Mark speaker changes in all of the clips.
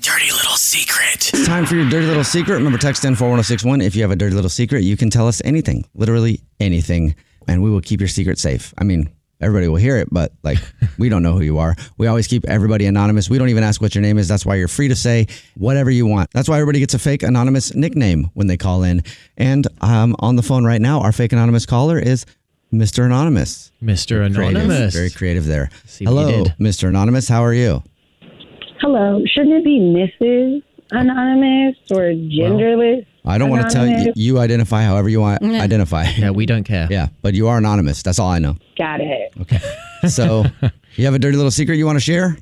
Speaker 1: dirty little secret.
Speaker 2: It's time for your dirty little secret. Remember, text in 41061. If you have a dirty little secret, you can tell us anything, literally anything, and we will keep your secret safe. I mean, everybody will hear it, but like, we don't know who you are. We always keep everybody anonymous. We don't even ask what your name is. That's why you're free to say whatever you want. That's why everybody gets a fake anonymous nickname when they call in. And um, on the phone right now, our fake anonymous caller is Mr. Anonymous.
Speaker 3: Mr.
Speaker 2: Creative.
Speaker 3: Anonymous.
Speaker 2: Very creative there.
Speaker 3: See what you
Speaker 2: Hello,
Speaker 3: did.
Speaker 2: Mr. Anonymous. How are you?
Speaker 4: Hello. Shouldn't it be Mrs. Anonymous or genderless?
Speaker 2: I don't want to tell you.
Speaker 4: Anonymous?
Speaker 2: You identify however you want identify.
Speaker 3: Mm. Yeah, we don't care.
Speaker 2: Yeah, but you are anonymous. That's all I know.
Speaker 4: Got it.
Speaker 2: So, you have a dirty little secret you want to share?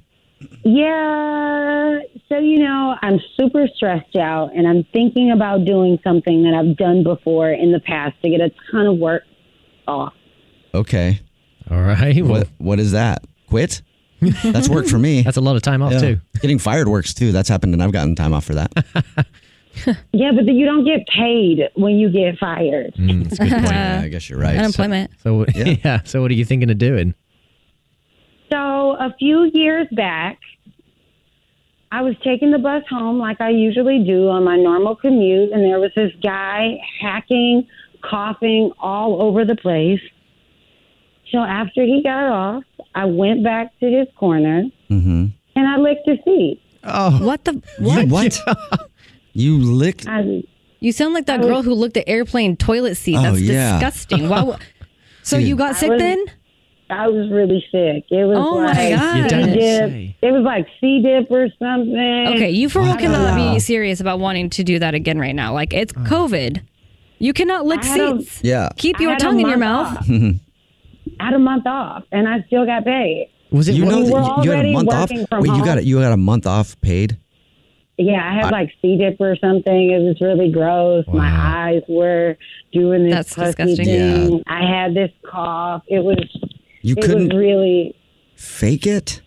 Speaker 4: Yeah. So, you know, I'm super stressed out and I'm thinking about doing something that I've done before in the past to get a ton of work off.
Speaker 2: Okay.
Speaker 3: All right. Well,
Speaker 2: What What is that? Quit? That's worked for me.
Speaker 3: that's a lot of time off,
Speaker 2: Yeah.
Speaker 3: too.
Speaker 2: Getting fired works too. That's happened, and I've gotten time off for that.
Speaker 4: Yeah, but then you don't get paid when you get fired.
Speaker 3: That's a good point.
Speaker 2: yeah, I guess you're right.
Speaker 5: Unemployment.
Speaker 3: So, yeah.
Speaker 2: Yeah.
Speaker 3: So, what are you thinking of doing?
Speaker 4: So, a few years back, I was taking the bus home like I usually do on my normal commute, and there was this guy hacking, coughing all over the place. So, after he got off, I went back to his corner
Speaker 2: Mhm.
Speaker 4: and I licked his feet.
Speaker 3: Oh.
Speaker 5: What the? What?
Speaker 2: You what? you licked?
Speaker 4: I,
Speaker 5: You sound like that girl who looked at airplane toilet seat.
Speaker 2: Oh,
Speaker 5: That's
Speaker 2: yeah.
Speaker 5: disgusting. Why? wo- So you got sick
Speaker 4: was-
Speaker 5: then?
Speaker 4: I was really sick. It was
Speaker 5: Oh my
Speaker 4: like
Speaker 5: God. You
Speaker 4: C
Speaker 5: don't
Speaker 3: say.
Speaker 4: dip. It was like C dip or something.
Speaker 5: Okay, you for real
Speaker 2: Wow.
Speaker 5: cannot be serious about wanting to do that again right now. Like it's COVID. You cannot lick
Speaker 4: I had a-
Speaker 5: seats.
Speaker 2: Yeah.
Speaker 5: Keep
Speaker 4: I
Speaker 5: your
Speaker 4: had a
Speaker 5: tongue in your
Speaker 4: month
Speaker 5: mouth.
Speaker 4: off. I had a month off, and I still got paid.
Speaker 3: Was it
Speaker 2: You
Speaker 3: what-
Speaker 2: know
Speaker 4: we were
Speaker 2: that you- you had a
Speaker 4: already
Speaker 2: month off.
Speaker 4: working from
Speaker 2: Wait, you got
Speaker 4: home.
Speaker 2: it. You got a month off paid.
Speaker 4: Yeah, I had like C dip or something. It was really gross. My eyes were doing this
Speaker 5: That's
Speaker 4: pussy
Speaker 5: disgusting.
Speaker 4: thing. I had this cough. It was
Speaker 2: You
Speaker 4: it
Speaker 2: couldn't
Speaker 4: was really
Speaker 2: fake it.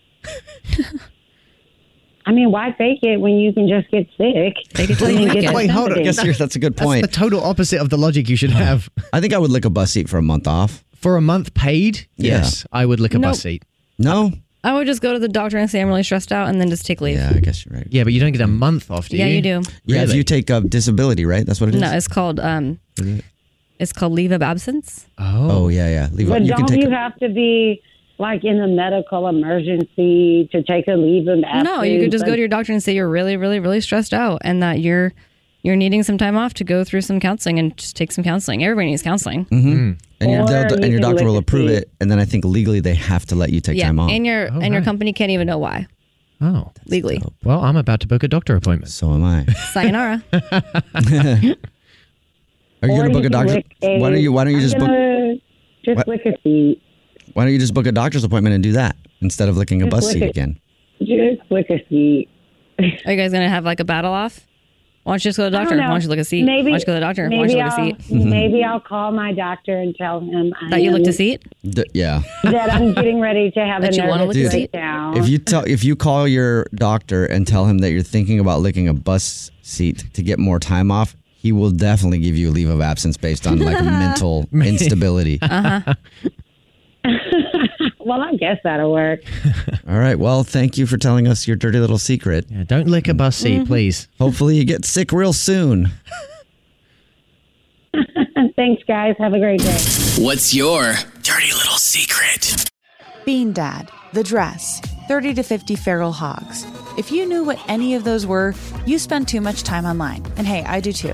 Speaker 4: I mean, why fake it when you can just get sick?
Speaker 5: Take it till
Speaker 4: I
Speaker 5: you
Speaker 4: mean,
Speaker 5: make
Speaker 4: get
Speaker 5: it.
Speaker 4: the
Speaker 3: Wait, hold on.
Speaker 4: sympathy.
Speaker 2: I guess you're, that's a good
Speaker 3: That's
Speaker 2: point.
Speaker 3: the total opposite of the logic you should have.
Speaker 2: I think I would lick a bus seat for a month off.
Speaker 3: For a month paid,
Speaker 2: Yeah.
Speaker 3: yes, I would lick a
Speaker 5: Nope.
Speaker 3: bus seat.
Speaker 2: No.
Speaker 5: I would just go to the doctor and say I'm really stressed out, and then just take leave.
Speaker 2: Yeah, I guess you're right.
Speaker 3: Yeah, but you don't get a month off, do
Speaker 5: Yeah,
Speaker 3: you?
Speaker 5: you do.
Speaker 2: Yeah, if
Speaker 3: Really?
Speaker 2: you take uh, disability, right? That's what it is.
Speaker 5: No, it's called um, it's called leave of absence.
Speaker 3: Oh,
Speaker 2: Oh yeah, yeah. Leave
Speaker 4: But
Speaker 2: it. You can
Speaker 4: don't
Speaker 2: take.
Speaker 4: you have to be like in a medical emergency to take a leave of absence?
Speaker 5: No, you could just go
Speaker 4: Like,
Speaker 5: to your doctor and say you're really, really, really stressed out, and that you're you're needing some time off to go through some counseling and just take some counseling. Everybody needs counseling.
Speaker 2: Mm-hmm. and, your,
Speaker 4: Or
Speaker 2: they'll-
Speaker 4: you
Speaker 2: and your
Speaker 4: can
Speaker 2: doctor
Speaker 4: lick
Speaker 2: will
Speaker 4: a
Speaker 2: approve
Speaker 4: seat.
Speaker 2: it, and then I think legally they have to let you take
Speaker 5: Yeah,
Speaker 2: time off.
Speaker 5: and your and your
Speaker 3: right.
Speaker 5: company can't even know why
Speaker 3: oh.
Speaker 5: legally.
Speaker 3: Well, I'm about to book a doctor appointment.
Speaker 2: so am I.
Speaker 5: Sayonara.
Speaker 2: Are you
Speaker 4: or
Speaker 2: gonna book a
Speaker 4: can
Speaker 2: doctor?
Speaker 4: lick a-
Speaker 2: Why don't you Why don't you
Speaker 4: I'm
Speaker 2: just book
Speaker 4: gonna Just
Speaker 2: What?
Speaker 4: lick a seat.
Speaker 2: Why don't you just book a doctor's appointment and do that instead of licking a
Speaker 4: Just
Speaker 2: bus
Speaker 4: lick
Speaker 2: seat
Speaker 4: it.
Speaker 2: again?
Speaker 4: Just lick a seat.
Speaker 5: Are you guys gonna have like a battle off? Why don't you just go to the
Speaker 4: I don't
Speaker 5: doctor? Why
Speaker 4: know.
Speaker 5: don't you look a seat?
Speaker 4: Maybe,
Speaker 5: Why don't you go to the doctor? Why
Speaker 4: Maybe
Speaker 5: don't you look a
Speaker 4: I'll,
Speaker 5: seat?
Speaker 4: Maybe I'll call my doctor and tell him I
Speaker 5: That you
Speaker 4: am-
Speaker 5: looked a seat?
Speaker 2: D- yeah.
Speaker 4: that I'm getting ready to have
Speaker 5: That
Speaker 4: a
Speaker 5: you wanna
Speaker 4: nervous
Speaker 2: look at it?
Speaker 4: breakdown.
Speaker 2: If you tell if you call your doctor and tell him that you're thinking about licking a bus seat to get more time off, he will definitely give you a leave of absence based on like mental instability.
Speaker 4: Uh-huh. well, I guess that'll work.
Speaker 2: All right. Well, thank you for telling us your dirty little secret. Yeah,
Speaker 3: don't lick a bus
Speaker 4: seat, Mhm.
Speaker 3: please.
Speaker 2: Hopefully, you get sick real soon.
Speaker 4: Thanks, guys. Have a great day.
Speaker 1: What's your dirty little secret?
Speaker 6: Bean Dad, The Dress, 30 to 50 Feral Hogs. If you knew what any of those were, you spend too much time online. And hey, I do too.